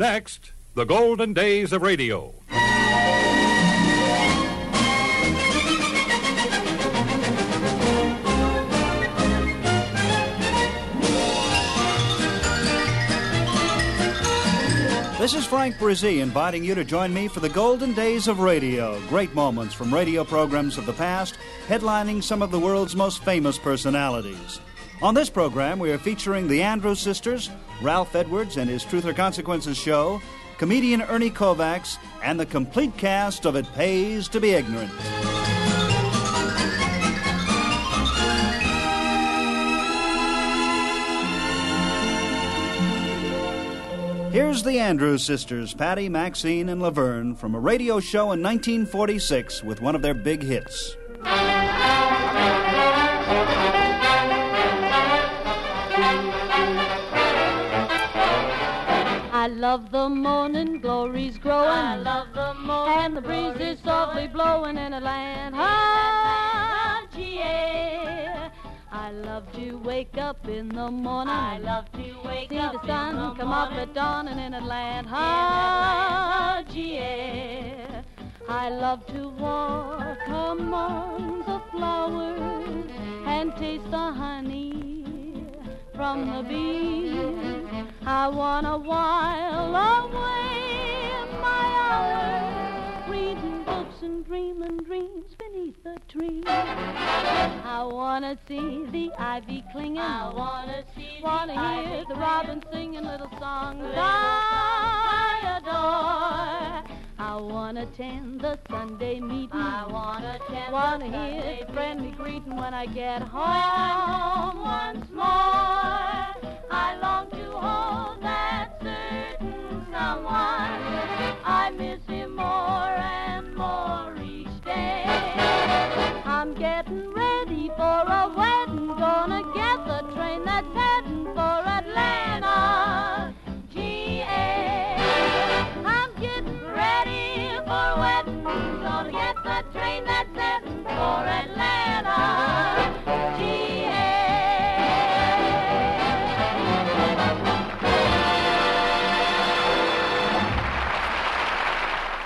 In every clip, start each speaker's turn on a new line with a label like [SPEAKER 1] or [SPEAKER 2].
[SPEAKER 1] Next, the golden days of radio.
[SPEAKER 2] This is Frank Brzee inviting you to join me for the golden days of radio. Great moments from radio programs of the past, headlining some of the world's most famous personalities. On this program, we are featuring the Andrews sisters, Ralph Edwards and his Truth or Consequences show, comedian Ernie Kovacs, and the complete cast of It Pays to Be Ignorant. Here's the Andrews sisters, Patty, Maxine, and Laverne, from a radio show in 1946 with one of their big hits.
[SPEAKER 3] I love the morning glories growing.
[SPEAKER 4] I love the morning
[SPEAKER 3] and the breeze
[SPEAKER 4] glories
[SPEAKER 3] is softly
[SPEAKER 4] blowing.
[SPEAKER 3] blowing in a land high. Yeah. I love to wake up in the morning.
[SPEAKER 4] I love to wake
[SPEAKER 3] see
[SPEAKER 4] up
[SPEAKER 3] the
[SPEAKER 4] in
[SPEAKER 3] sun
[SPEAKER 4] the
[SPEAKER 3] come up
[SPEAKER 4] morning.
[SPEAKER 3] at dawn and in a land high. Yeah. I love to walk among the flowers and taste the honey from the bees. I wanna while away my hours reading books and dreaming dreams beneath the trees. I wanna see the ivy clinging.
[SPEAKER 4] I wanna see the
[SPEAKER 3] Wanna hear
[SPEAKER 4] ivy
[SPEAKER 3] the
[SPEAKER 4] green.
[SPEAKER 3] robin singing little songs
[SPEAKER 4] Little
[SPEAKER 3] I
[SPEAKER 4] songs I
[SPEAKER 3] adore. I wanna attend the Sunday meeting.
[SPEAKER 4] I wanna attend the
[SPEAKER 3] Wanna
[SPEAKER 4] Sunday
[SPEAKER 3] hear the
[SPEAKER 4] meeting.
[SPEAKER 3] friendly greeting when I get
[SPEAKER 4] I'm
[SPEAKER 3] home
[SPEAKER 4] home
[SPEAKER 3] once
[SPEAKER 4] once
[SPEAKER 3] more. I long to hold that certain someone. I miss him more and more each day. I'm getting ready for a wedding, gonna get the train that's heading for Atlanta. GA. I'm getting ready for a wedding, gonna get the train that's heading for Atlanta. GA.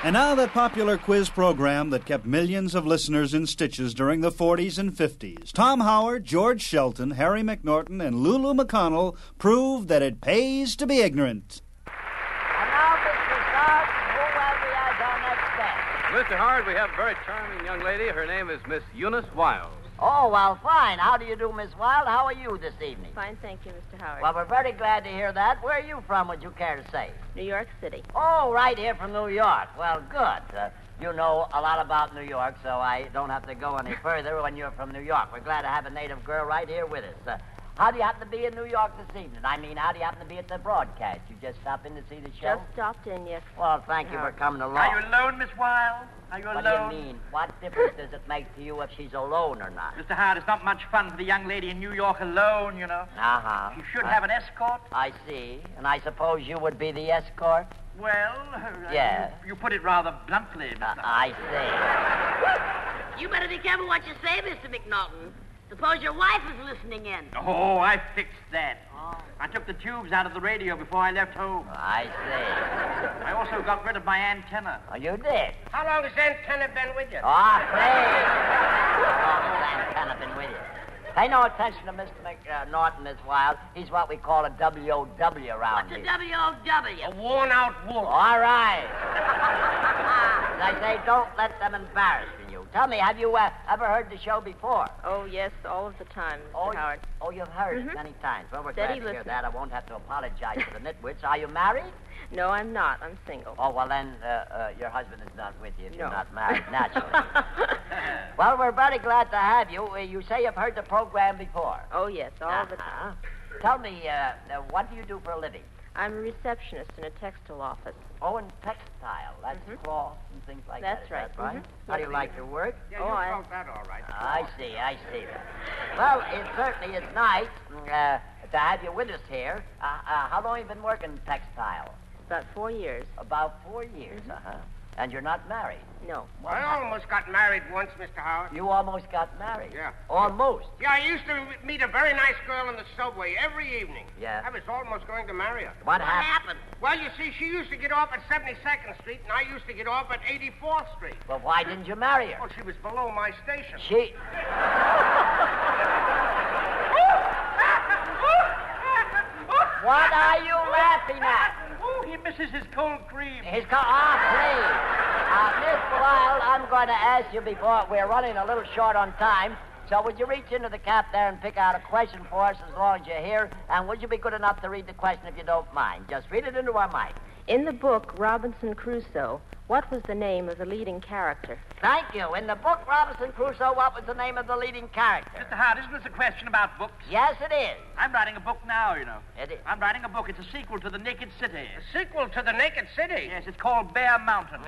[SPEAKER 2] And now that popular quiz program that kept millions of listeners in stitches during the 40s and 50s. Tom Howard, George Shelton, Harry McNorton, and Lulu McConnell proved that it pays to be ignorant.
[SPEAKER 5] And now, Mr. Scott, who have we as our next guest?
[SPEAKER 6] Mr. Howard, we have a very charming young lady. Her name is Miss Eunice Wiles.
[SPEAKER 5] Oh, well, fine. How do you do, Miss Wild? How are you this evening?
[SPEAKER 7] Fine, thank you, Mr. Howard.
[SPEAKER 5] Well, we're very glad to hear that. Where are you from, would you care to say?
[SPEAKER 7] New York City.
[SPEAKER 5] Oh, right here from New York. Well, good. Uh, you know a lot about New York, so I don't have to go any further when you're from New York. We're glad to have a native girl right here with us. Uh, how do you happen to be in New York this evening? I mean, how do you happen to be at the broadcast? You just stop in to see the show?
[SPEAKER 7] Just stopped in yesterday.
[SPEAKER 5] Well, thank you for coming along.
[SPEAKER 8] Are you alone, Miss Wild? Are you
[SPEAKER 5] What
[SPEAKER 8] alone?
[SPEAKER 5] do you mean? What difference does it make to you if she's alone or not?
[SPEAKER 8] Mr. Howard, it's not much fun for the young lady in New York alone, you know.
[SPEAKER 5] Uh huh.
[SPEAKER 8] She should have an escort.
[SPEAKER 5] I see. And I suppose you would be the escort?
[SPEAKER 8] Well, uh,
[SPEAKER 5] Yeah.
[SPEAKER 8] you, you put it rather bluntly, Mr.
[SPEAKER 5] Uh,
[SPEAKER 8] Howard.
[SPEAKER 5] I
[SPEAKER 4] You better be careful what you say, Mr. McNaughton. Suppose your wife is listening in.
[SPEAKER 8] Oh, I fixed that. I took the tubes out of the radio before I left home.
[SPEAKER 5] see. I
[SPEAKER 8] I also got rid of my antenna.
[SPEAKER 5] see. Oh, you did?
[SPEAKER 8] How long has antenna been with you?
[SPEAKER 5] Ah, please. Oh, kind of been with you. Pay no attention to Mr. Mc, uh, Norton this while. He's what we call a WOW around
[SPEAKER 4] What's a
[SPEAKER 5] here.
[SPEAKER 4] W-O-W?
[SPEAKER 8] A worn out wolf.
[SPEAKER 5] All right. As I say, don't let them embarrass you. Tell me, have you uh, ever heard the show before?
[SPEAKER 7] Oh, yes, all of the time, Mr.
[SPEAKER 5] Oh,
[SPEAKER 7] Howard. Mm-hmm.
[SPEAKER 5] oh, you've heard it many times. Well, we're glad
[SPEAKER 7] Steady
[SPEAKER 5] to hear
[SPEAKER 7] listener.
[SPEAKER 5] that. I won't have to apologize to the nitwits. Are you married?
[SPEAKER 7] No, I'm not. I'm single.
[SPEAKER 5] Oh, well, then uh, uh, your husband is not with you if you're
[SPEAKER 7] No.
[SPEAKER 5] not married, naturally. well, we're very glad to have you. Uh, you say you've heard the program before.
[SPEAKER 7] oh, yes, all the time.
[SPEAKER 5] Uh-huh. Tell me, uh, uh, what do you do for a living?
[SPEAKER 7] I'm a receptionist in a textile office. Mm-hmm.
[SPEAKER 5] Oh, in textile. That's cloth and things like
[SPEAKER 7] That's
[SPEAKER 5] that.
[SPEAKER 7] right.
[SPEAKER 5] Is that right?
[SPEAKER 7] Mhm.
[SPEAKER 5] How do you like your work?
[SPEAKER 7] oh, I,
[SPEAKER 8] that all right.
[SPEAKER 5] I see, I see. Well, it certainly is nice uh, to have you with us here. Uh, uh, how long have you been working textile?
[SPEAKER 7] about four years. Mm-hmm.
[SPEAKER 5] About four years, uh-huh. And you're not married.
[SPEAKER 7] No.
[SPEAKER 9] I almost got married once, Mr. Howard.
[SPEAKER 5] You almost got married.
[SPEAKER 9] Yeah.
[SPEAKER 5] Almost.
[SPEAKER 9] Yeah, I used to meet a very nice girl in the subway every evening.
[SPEAKER 5] Yeah.
[SPEAKER 9] I was almost going to marry her.
[SPEAKER 4] What
[SPEAKER 5] What
[SPEAKER 4] happened?
[SPEAKER 5] happened?
[SPEAKER 9] Well, you see, she used to get off at 72nd Street, and I used to get off at 84th Street.
[SPEAKER 5] Well, why didn't you marry her?
[SPEAKER 9] Oh, she was below my station.
[SPEAKER 5] She. What are you laughing at?
[SPEAKER 8] Oh, he misses his cold cream.
[SPEAKER 5] He's got ah, please. Uh, Miss Wild, I'm going to ask you before we're running a little short on time. So would you reach into the cap there and pick out a question for us as long as you're here? And would you be good enough to read the question if you don't mind? Just read it into our mic.
[SPEAKER 7] Mm-hmm. In the book Robinson Crusoe, what was the name of the leading character?
[SPEAKER 5] Thank you. In the book Robinson Crusoe, what was the name of the leading character?
[SPEAKER 8] Mr. Howard, isn't this a question about books?
[SPEAKER 5] Yes, it is.
[SPEAKER 8] I'm writing a book now, you know.
[SPEAKER 5] It is.
[SPEAKER 8] I'm writing a book. It's a sequel to The Naked City.
[SPEAKER 9] Sequel to The Naked City.
[SPEAKER 8] Yes, it's called Bear Mountain.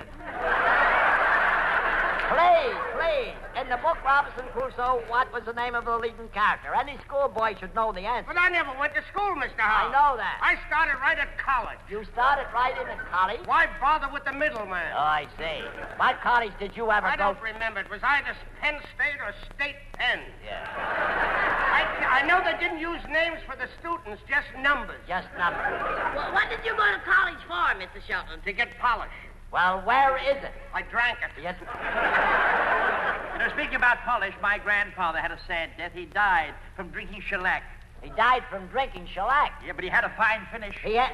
[SPEAKER 5] Please, please. In the book Robinson Crusoe, what was the name of the leading character? Any schoolboy should know the answer.
[SPEAKER 9] But I never went to school, Mr.
[SPEAKER 5] I
[SPEAKER 9] Howard.
[SPEAKER 5] know that.
[SPEAKER 9] I started right at college.
[SPEAKER 5] You started right in at college.
[SPEAKER 9] Why bother with the middleman?
[SPEAKER 5] Oh, I see. What college did you ever
[SPEAKER 9] I
[SPEAKER 5] go
[SPEAKER 9] don't remember. It was either Penn State or State Penn.
[SPEAKER 5] Yeah.
[SPEAKER 9] I, I know they didn't use names for the students, just numbers.
[SPEAKER 5] Just numbers.
[SPEAKER 4] Wh- what did you go to college for, Mr. Shelton?
[SPEAKER 9] To get polished.
[SPEAKER 5] Well, where is it?
[SPEAKER 9] I drank it.
[SPEAKER 5] Yes.
[SPEAKER 8] You know, speaking about polish, my grandfather had a sad death. He died from drinking shellac.
[SPEAKER 5] He died from drinking shellac.
[SPEAKER 8] Yeah, but he had a fine finish.
[SPEAKER 5] He had...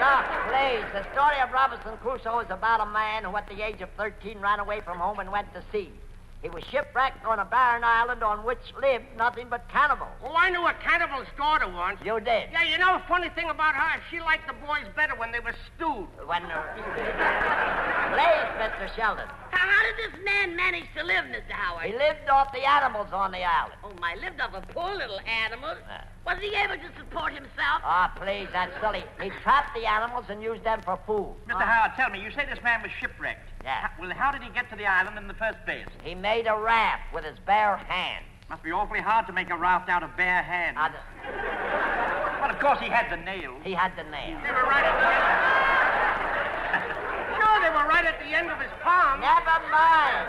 [SPEAKER 5] Look, please, the story of Robinson Crusoe is about a man who, at the age of 13, ran away from home and went to sea. He was shipwrecked on a barren island on which lived nothing but cannibals.
[SPEAKER 9] Well, Oh, I knew a cannibal's daughter once.
[SPEAKER 5] You did.
[SPEAKER 9] Yeah, you know, funny thing about her, she liked the boys better when they were stewed.
[SPEAKER 5] When... uh, Please, Mr. Sheldon.
[SPEAKER 4] How, how did this man manage to live, Mr.
[SPEAKER 5] He
[SPEAKER 4] Howard?
[SPEAKER 5] lived off the animals on the island.
[SPEAKER 4] Oh, my, lived off a poor little animal.
[SPEAKER 8] Uh.
[SPEAKER 4] Was he able to support himself?
[SPEAKER 5] Ah, please, that's silly. He trapped the animals and used them for food.
[SPEAKER 8] Mr. Howard, tell me, you say this man was shipwrecked.
[SPEAKER 5] Yeah.
[SPEAKER 8] How- well, how did he get to the island in the first place?
[SPEAKER 5] He made a raft with his bare hands.
[SPEAKER 8] Must be awfully hard to make a raft out of bare hands.
[SPEAKER 5] Uh,
[SPEAKER 8] Well, of course, he had the nails.
[SPEAKER 5] he had the nail.
[SPEAKER 9] They were right at the end. Sure, they were right at the end of his palm.
[SPEAKER 5] Never mind.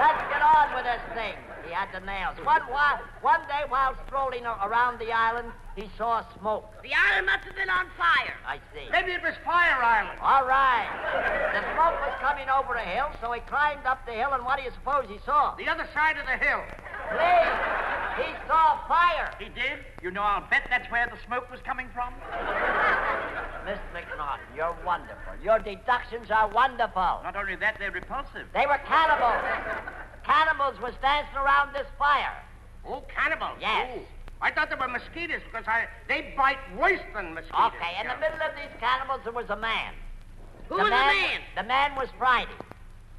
[SPEAKER 5] Let's get on with this thing. He had the nails. One, whi- one day, while strolling a- around the island, he saw smoke.
[SPEAKER 4] The island must have been on fire.
[SPEAKER 5] I see.
[SPEAKER 9] Maybe it was Fire Island.
[SPEAKER 5] All right. The smoke was coming over a hill, so he climbed up the hill, and what do you suppose he saw?
[SPEAKER 9] The other side of the hill.
[SPEAKER 5] Please, he saw fire.
[SPEAKER 8] He did? You know, I'll bet that's where the smoke was coming from.
[SPEAKER 5] Miss McNaughton, you're wonderful. Your deductions are wonderful.
[SPEAKER 8] Not only that, they're repulsive.
[SPEAKER 5] They were cannibals. Cannibals was dancing around this fire.
[SPEAKER 9] Oh, cannibals.
[SPEAKER 5] Yes.
[SPEAKER 9] Oh, I thought they were mosquitoes because I they bite worse than mosquitoes.
[SPEAKER 5] Okay, in the middle of these cannibals, there was a man.
[SPEAKER 4] Who was the man?
[SPEAKER 5] The man was Friday.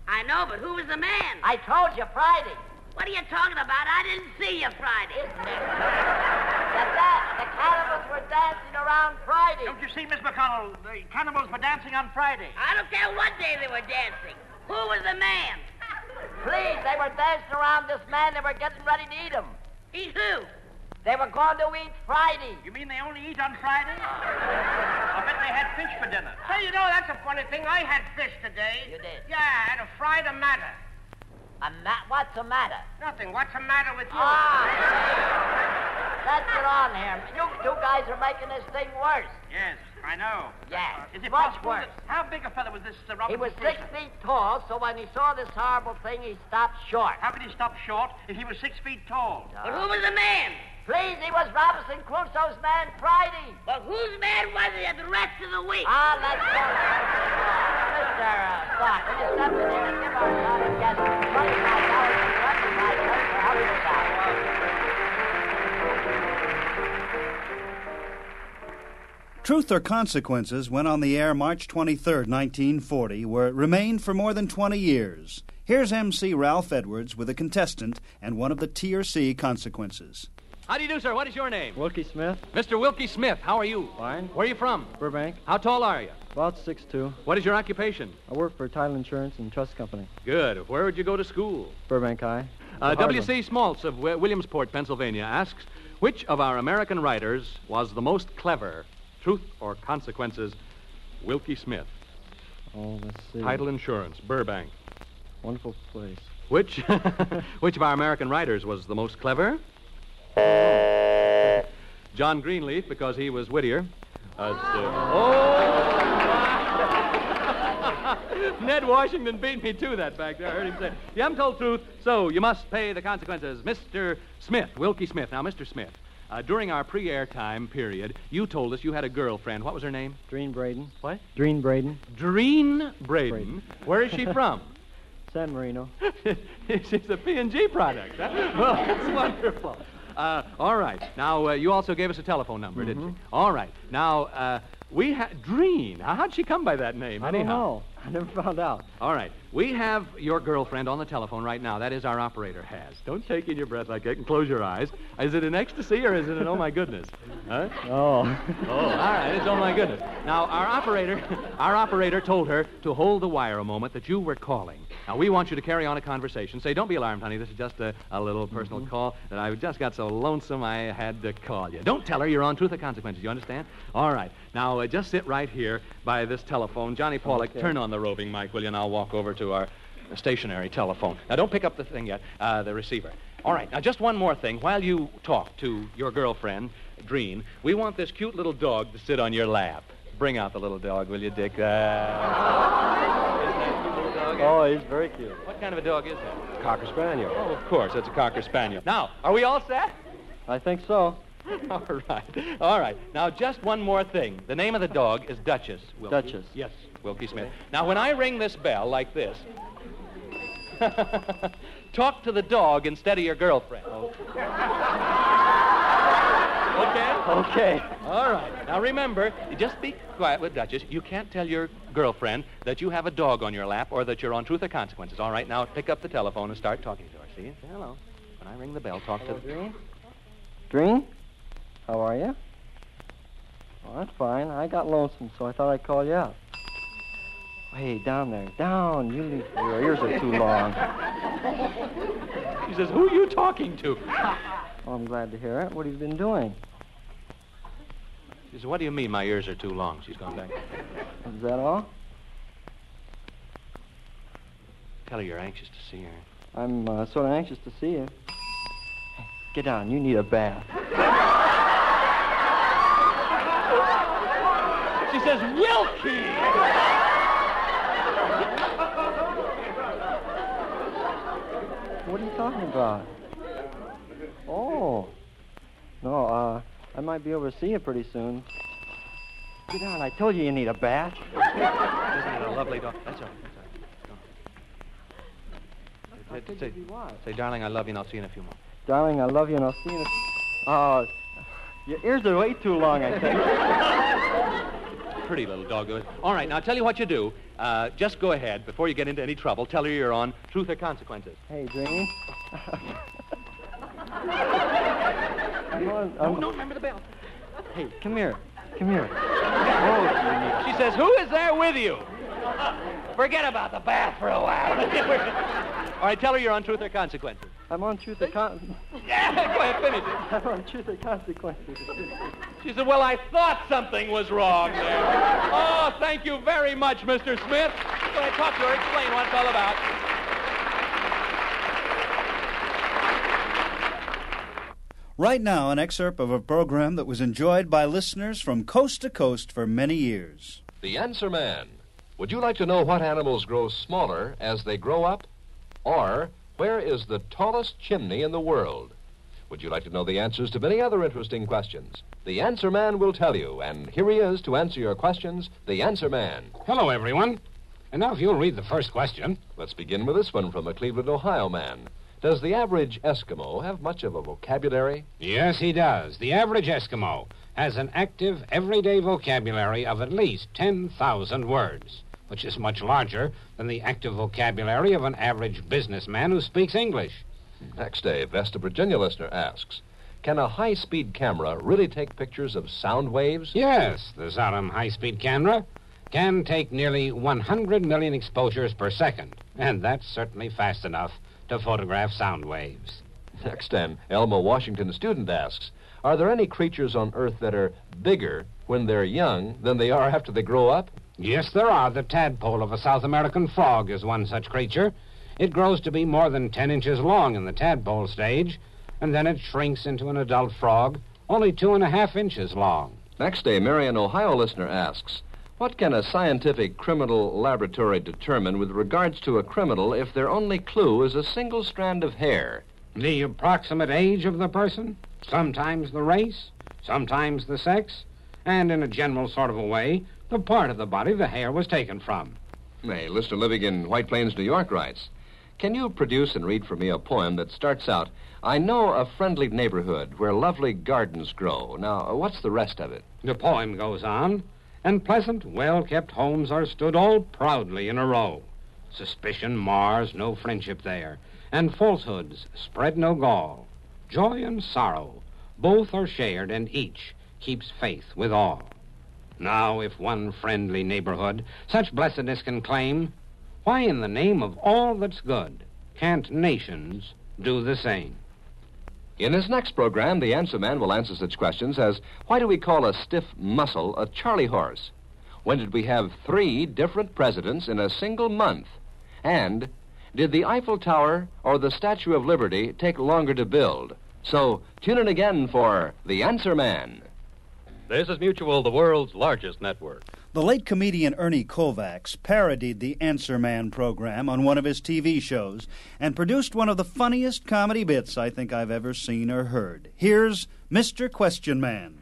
[SPEAKER 4] I know, but who was the man?
[SPEAKER 5] I told you, Friday.
[SPEAKER 4] What are you talking about? I didn't see you Friday.
[SPEAKER 5] Isn't it? the, da- the cannibals were dancing around Friday.
[SPEAKER 8] Don't you see, Miss McConnell? The cannibals were dancing on Friday.
[SPEAKER 4] I don't care what day they were dancing. Who was the man?
[SPEAKER 5] Please, they were dancing around this man. They were getting ready to eat him.
[SPEAKER 4] He's who?
[SPEAKER 5] They were going to eat Friday.
[SPEAKER 8] You mean they only eat on Friday? I bet they had fish for dinner.
[SPEAKER 9] Say, you know, that's a funny thing. I had fish today.
[SPEAKER 5] You did?
[SPEAKER 9] Yeah, and a fried a matter.
[SPEAKER 5] A ma- what's the matter?
[SPEAKER 9] Nothing. What's the matter with you?
[SPEAKER 5] Ah, please. let's get on here. You two guys are making this thing worse.
[SPEAKER 8] Yes, I know.
[SPEAKER 5] Yeah,
[SPEAKER 8] Is it
[SPEAKER 5] much
[SPEAKER 8] Uh, possible?
[SPEAKER 5] worse.
[SPEAKER 8] That, how big a fellow was this uh, Robinson
[SPEAKER 5] He was six
[SPEAKER 8] Crusoe?
[SPEAKER 5] feet tall, so when he saw this horrible thing, he stopped short.
[SPEAKER 8] How could he stop short if he was six feet tall?
[SPEAKER 4] But who was the man?
[SPEAKER 5] Please, he was Robinson Crusoe's man Friday.
[SPEAKER 4] But whose man was it the rest of the week?
[SPEAKER 5] Ah, let's go. Mr. Uh, Clark, will you step in here and give our son a guest $25 and recognize him for helping us out?
[SPEAKER 2] Truth or Consequences went on the air March 23, 1940, where it remained for more than 20 years. Here's MC Ralph Edwards with a contestant and one of the TRC consequences.
[SPEAKER 10] How do you do, sir? What is your name?
[SPEAKER 11] Wilkie Smith,
[SPEAKER 10] Mr. Wilkie Smith. How are you?
[SPEAKER 11] Fine.
[SPEAKER 10] Where are you from?
[SPEAKER 11] Burbank,
[SPEAKER 10] How tall are you?
[SPEAKER 11] about 6'2.
[SPEAKER 10] What is your occupation?
[SPEAKER 11] I work for Title Insurance and Trust Company,
[SPEAKER 10] Good. Where would you go to school?
[SPEAKER 11] Burbank High.
[SPEAKER 10] Uh,
[SPEAKER 11] Hardwood.
[SPEAKER 10] W.C. Smaltz of Wi- Williamsport, Pennsylvania asks Which of our American writers was the most clever? Truth or Consequences? Wilkie Smith.
[SPEAKER 11] Oh, let's see.
[SPEAKER 10] Title Insurance, Burbank.
[SPEAKER 11] Wonderful place.
[SPEAKER 10] Which, which of our American writers was the most clever? John Greenleaf, because he was Whittier. Uh, oh! Ned Washington beat me to that back there. I heard him say, "You haven't told the truth, so you must pay the consequences." Mr. Smith, Wilkie Smith. Now, Mr. Smith, uh, during our pre-air time period, you told us you had a girlfriend. What was her name?
[SPEAKER 11] Dreen Braden.
[SPEAKER 10] What?
[SPEAKER 11] Dreen Braden.
[SPEAKER 10] Dreen Braden. Where is she from?
[SPEAKER 11] San Marino.
[SPEAKER 10] She's a P&G product. Huh? Well, that's wonderful. Uh, all right. Now, uh, you also gave us a telephone number, didn't you?
[SPEAKER 11] Mm-hmm.
[SPEAKER 10] All right. Now, uh, we have... Dreen. Now, how'd she come by that name,
[SPEAKER 11] I don't
[SPEAKER 10] anyhow?
[SPEAKER 11] know. I never found out.
[SPEAKER 10] All right. We have your girlfriend on the telephone right now. That is our operator, Has. Don't take in your breath like that and close your eyes. Is it an ecstasy or is it an oh my goodness? Huh?
[SPEAKER 11] Oh.
[SPEAKER 10] Oh, all right. It's oh my goodness. Now, our operator, our operator told her to hold the wire a moment that you were calling. Now, we want you to carry on a conversation. Say, don't be alarmed, honey. This is just a, a little personal call that I just got so lonesome I had to call you. Don't tell her you're on Truth or Consequences. You understand? All right. Now, uh, just sit right here by this telephone. Johnny Pollock,
[SPEAKER 11] Okay.
[SPEAKER 10] turn on the roving mic, will you? And I'll walk over to our stationary telephone. Now, don't pick up the thing yet, uh, the receiver. All right, now just one more thing. While you talk to your girlfriend, Dreen, we want this cute little dog to sit on your lap. Bring out the little dog, will you, Dick? Uh,
[SPEAKER 11] Oh, he's very cute.
[SPEAKER 10] what kind of a dog is that?
[SPEAKER 12] Cocker Spaniel.
[SPEAKER 10] Oh, of course, it's a Cocker Spaniel. Now, are we all set?
[SPEAKER 11] I think so.
[SPEAKER 10] All right. All right. Now, just one more thing. The name of the dog is Duchess. Wilkie.
[SPEAKER 11] Duchess.
[SPEAKER 10] Yes, Wilkie Smith. Now, when I ring this bell like this, talk to the dog instead of your girlfriend. Okay?
[SPEAKER 11] Okay.
[SPEAKER 10] All right. Now, remember, just be quiet with Duchess. You can't tell your girlfriend that you have a dog on your lap or that you're on Truth or Consequences. All right? Now, pick up the telephone and start talking to her. See? Say hello. When I ring the bell, talk to the...
[SPEAKER 11] Dreen? How are you? Well, that's fine. I got lonesome, so I thought I'd call you out. Hey, down there. Down. You leave. Your ears are too long.
[SPEAKER 10] She says, who are you talking to?
[SPEAKER 11] Well, I'm glad to hear it. What have you been doing?
[SPEAKER 10] She says, what do you mean my ears are too long? She's gone back.
[SPEAKER 11] Is that all?
[SPEAKER 10] Tell her you're anxious to see her.
[SPEAKER 11] I'm uh, sort of anxious to see you. Hey, Get down. You need a bath.
[SPEAKER 10] She says, Wilkie!
[SPEAKER 11] What are you talking about? Oh. No, uh, I might be over to see you pretty soon. Get down. I told you you need a bath.
[SPEAKER 10] Isn't it a lovely dog? That's all. That's all. Go. Say, say, say, darling, I love you, and I'll see you in a few moments.
[SPEAKER 11] Darling, I love you, and I'll see you in a... Oh, your ears are way too long, I think.
[SPEAKER 10] Pretty little dog. though. All right, now I'll tell you what you do. Uh, just go ahead before you get into any trouble. Tell her you're on Truth or Consequences.
[SPEAKER 11] Hey, Jane. I'm on, I'm...
[SPEAKER 10] No, remember the bell.
[SPEAKER 11] Hey, come here. Come here. Oh, you need-
[SPEAKER 10] She says, Who is there with you? Forget about the bath for a while. All right, tell her you're on Truth or Consequences.
[SPEAKER 11] I'm on truth and con-
[SPEAKER 10] Yeah, go ahead, finish it.
[SPEAKER 11] I'm on truth and consequences.
[SPEAKER 10] She said, Well, I thought something was wrong there. oh, thank you very much, Mr. Smith. Go ahead, talk to her, explain what it's all about.
[SPEAKER 2] Right now, an excerpt of a program that was enjoyed by listeners from coast to coast for many years.
[SPEAKER 12] The Answer Man. Would you like to know what animals grow smaller as they grow up? Or where is the tallest chimney in the world? Would you like to know the answers to many other interesting questions? The Answer Man will tell you, and here he is to answer your questions, the Answer Man.
[SPEAKER 13] Hello, everyone. And now, if you'll read the first question.
[SPEAKER 12] Let's begin with this one from a Cleveland, Ohio man. Does the average Eskimo have much of a vocabulary?
[SPEAKER 13] Yes, he does. The average Eskimo has an active, everyday vocabulary of at least 10,000 words, which is much larger than the active vocabulary of an average businessman who speaks English.
[SPEAKER 12] Next day, Vesta, Virginia listener asks Can a high speed camera really take pictures of sound waves?
[SPEAKER 13] Yes, the Sodom high speed camera can take nearly 100 million exposures per second, and that's certainly fast enough to photograph sound waves.
[SPEAKER 12] Next, an Elma Washington student asks Are there any creatures on Earth that are bigger when they're young than they are after they grow up?
[SPEAKER 13] Yes, there are. The tadpole of a South American frog is one such creature. It grows to be more than 10 inches long in the tadpole stage, and then it shrinks into an adult frog, only two and a half inches long.
[SPEAKER 12] Next day, Marion, Ohio listener asks What can a scientific criminal laboratory determine with regards to a criminal if their only clue is a single strand of hair?
[SPEAKER 13] The approximate age of the person, sometimes the race, sometimes the sex, and in a general sort of a way, the part of the body the hair was taken from.
[SPEAKER 12] A listener living in White Plains, New York writes Can you produce and read for me a poem that starts out, I know a friendly neighborhood where lovely gardens grow. Now, what's the rest of it?
[SPEAKER 13] The poem goes on, and pleasant, well kept homes are stood all proudly in a row. Suspicion mars no friendship there, and falsehoods spread no gall. Joy and sorrow, both are shared, and each keeps faith with all. Now, if one friendly neighborhood such blessedness can claim, why, in the name of all that's good, can't nations do the same?
[SPEAKER 12] In his next program, the answer man will answer such questions as Why do we call a stiff muscle a Charlie horse? When did we have three different presidents in a single month? And did the Eiffel Tower or the Statue of Liberty take longer to build? So tune in again for The Answer Man.
[SPEAKER 1] This is Mutual, the world's largest network.
[SPEAKER 2] The late comedian Ernie Kovacs parodied the Answer Man program on one of his TV shows and produced one of the funniest comedy bits I think I've ever seen or heard. Here's Mr. Question Man.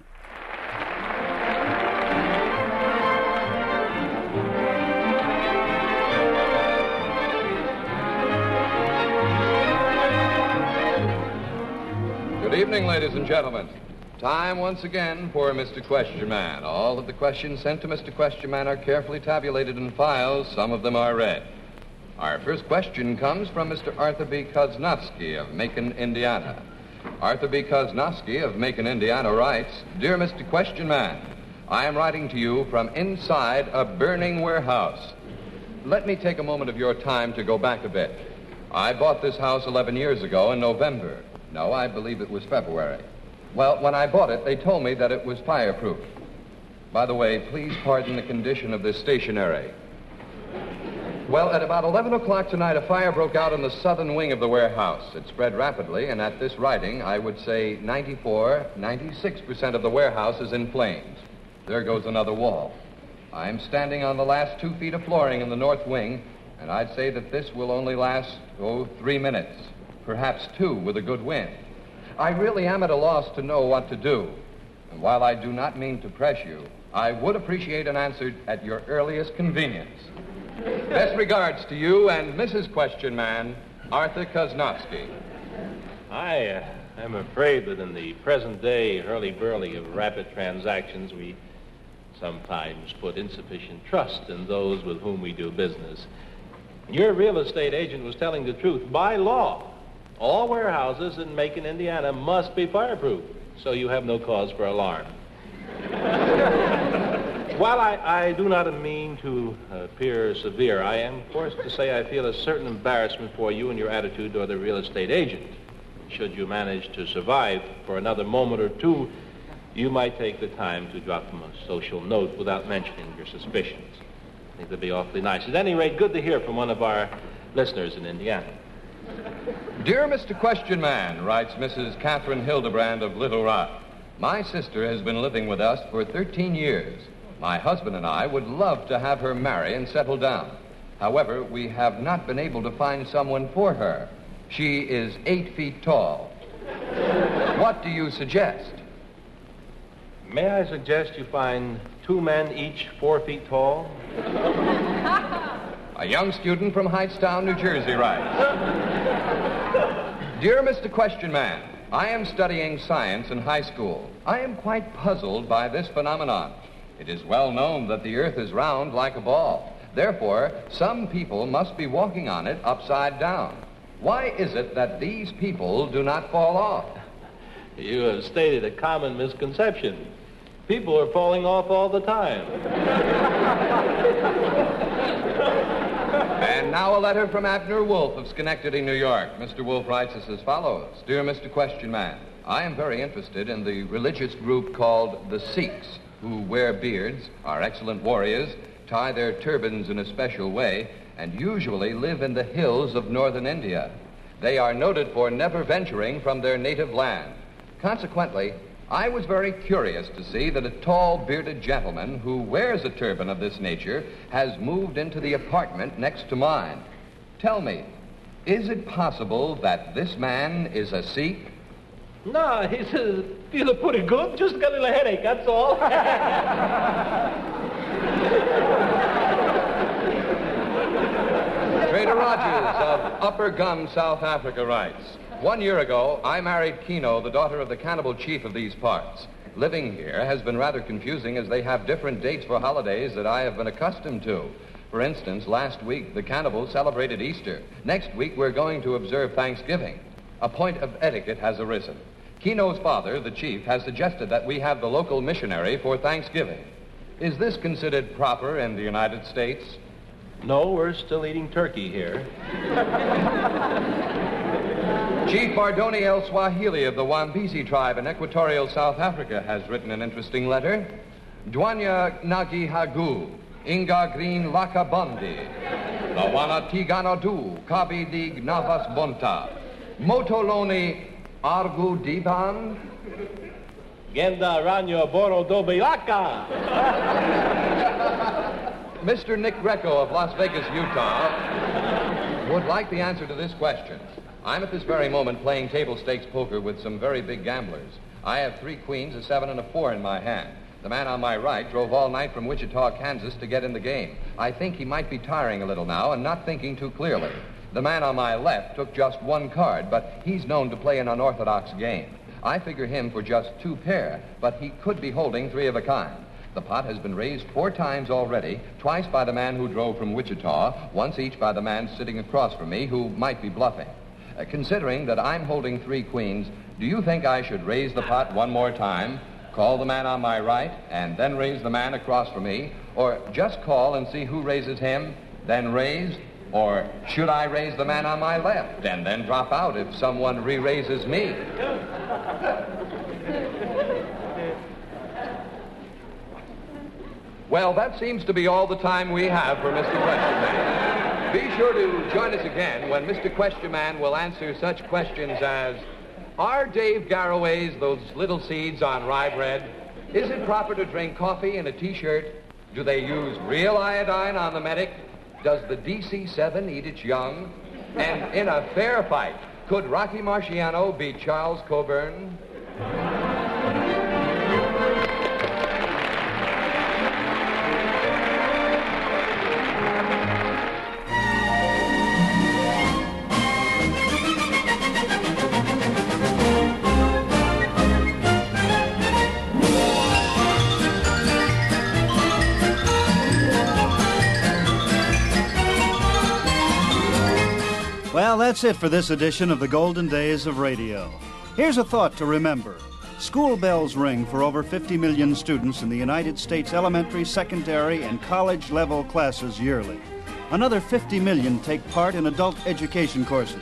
[SPEAKER 14] Good evening, ladies and gentlemen. Time once again for Mr. Question Man. All of the questions sent to Mr. Question Man are carefully tabulated in files. Some of them are read. Our first question comes from Mr. Arthur B. Koznowski of Macon, Indiana. Arthur B. Koznowski of Macon, Indiana writes Dear Mr. Question Man, I am writing to you from inside a burning warehouse. Let me take a moment of your time to go back a bit. I bought this house 11 years ago in November. No, I believe it was February. Well, when I bought it, they told me that it was fireproof. By the way, please pardon the condition of this stationery. Well, at about 11 o'clock tonight, a fire broke out in the southern wing of the warehouse. It spread rapidly, and at this writing, I would say 94, 96% of the warehouse is in flames. There goes another wall. I'm standing on the last two feet of flooring in the north wing, and I'd say that this will only last, oh, three minutes, perhaps two with a good wind. I really am at a loss to know what to do. And while I do not mean to press you, I would appreciate an answer at your earliest convenience. Best regards to you and Mrs. Question Man, Arthur Koznowski.
[SPEAKER 15] I uh, am afraid that in the present day hurly burly of rapid transactions, we sometimes put insufficient trust in those with whom we do business. Your real estate agent was telling the truth. By law, all warehouses in Macon, Indiana must be fireproof, so you have no cause for alarm. While I, I, do not mean to appear severe, I am forced to say I feel a certain embarrassment for you and your attitude toward the real estate agent. Should you manage to survive for another moment or two, you might take the time to drop him a social note without mentioning your suspicions. I think that'd be awfully nice. At any rate, good to hear from one of our listeners in Indiana.
[SPEAKER 14] Dear Mr. Question Man, writes Mrs. Catherine Hildebrand of Little Rock, my sister has been living with us for 13 years. My husband and I would love to have her marry and settle down. However, we have not been able to find someone for her. She is eight feet tall. what do you suggest?
[SPEAKER 15] May I suggest you find two men each four feet tall?
[SPEAKER 14] A young student from Heightstown, New Jersey writes Dear Mr. Question Man, I am studying science in high school. I am quite puzzled by this phenomenon. It is well known that the earth is round like a ball. Therefore, some people must be walking on it upside down. Why is it that these people do not fall off?
[SPEAKER 15] You have stated a common misconception. People are falling off all the time.
[SPEAKER 14] And now a letter from Abner Wolf of Schenectady, New York. Mr. Wolf writes us as follows Dear Mr. Question Man, I am very interested in the religious group called the Sikhs, who wear beards, are excellent warriors, tie their turbans in a special way, and usually live in the hills of northern India. They are noted for never venturing from their native land. Consequently, I was very curious to see that a tall, bearded gentleman who wears a turban of this nature has moved into the apartment next to mine. Tell me, is it possible that this man is a Sikh?
[SPEAKER 16] No, he's uh, feeling pretty good. Just got a little headache, that's all.
[SPEAKER 14] Trader Rogers of Upper Gum, South Africa writes One year ago, I married Kino, the daughter of the cannibal chief of these parts. Living here has been rather confusing as they have different dates for holidays that I have been accustomed to. For instance, last week the cannibals celebrated Easter. Next week we're going to observe Thanksgiving. A point of etiquette has arisen. Kino's father, the chief, has suggested that we have the local missionary for Thanksgiving. Is this considered proper in the United States?
[SPEAKER 15] No, we're still eating turkey here.
[SPEAKER 14] Chief Bardoni El Swahili of the Wambisi tribe in equatorial South Africa has written an interesting letter. Dwanya Nagi Hagu, Inga Green Lakabondi, Lawana Tiganadu, Kabi Dig Navas Bonta, Motoloni Argu Diban,
[SPEAKER 16] Genda Ranyo Boro
[SPEAKER 14] Mr. Nick Greco of Las Vegas, Utah, would like the answer to this question. I'm at this very moment playing table stakes poker with some very big gamblers. I have three queens, a seven, and a four in my hand. The man on my right drove all night from Wichita, Kansas to get in the game. I think he might be tiring a little now and not thinking too clearly. The man on my left took just one card, but he's known to play an unorthodox game. I figure him for just two pair, but he could be holding three of a kind. The pot has been raised four times already, twice by the man who drove from Wichita, once each by the man sitting across from me who might be bluffing. Uh, considering that I'm holding three queens, do you think I should raise the pot one more time? Call the man on my right and then raise the man across from me, or just call and see who raises him, then raise, or should I raise the man on my left and then drop out if someone re raises me? Well, that seems to be all the time we have for Mr. Question Man. Be sure to join us again when Mr. Question Man will answer such questions as Are Dave Garraway's those little seeds on rye bread? Is it proper to drink coffee in a t shirt? Do they use real iodine on the medic? Does the DC 7 eat its young? And in a fair fight, could Rocky Marciano be Charles Coburn?
[SPEAKER 2] Well, that's it for this edition of the Golden Days of Radio. Here's a thought to remember school bells ring for over 50 million students in the United States elementary, secondary, and college level classes yearly. Another 50 million take part in adult education courses.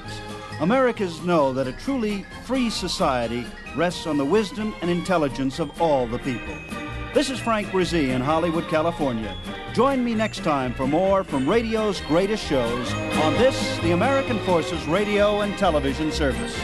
[SPEAKER 2] Americans know that a truly free society rests on the wisdom and intelligence of all the people. This is Frank Brzee in Hollywood, California. Join me next time for more from radio's greatest shows on this, the American Forces Radio and Television Service.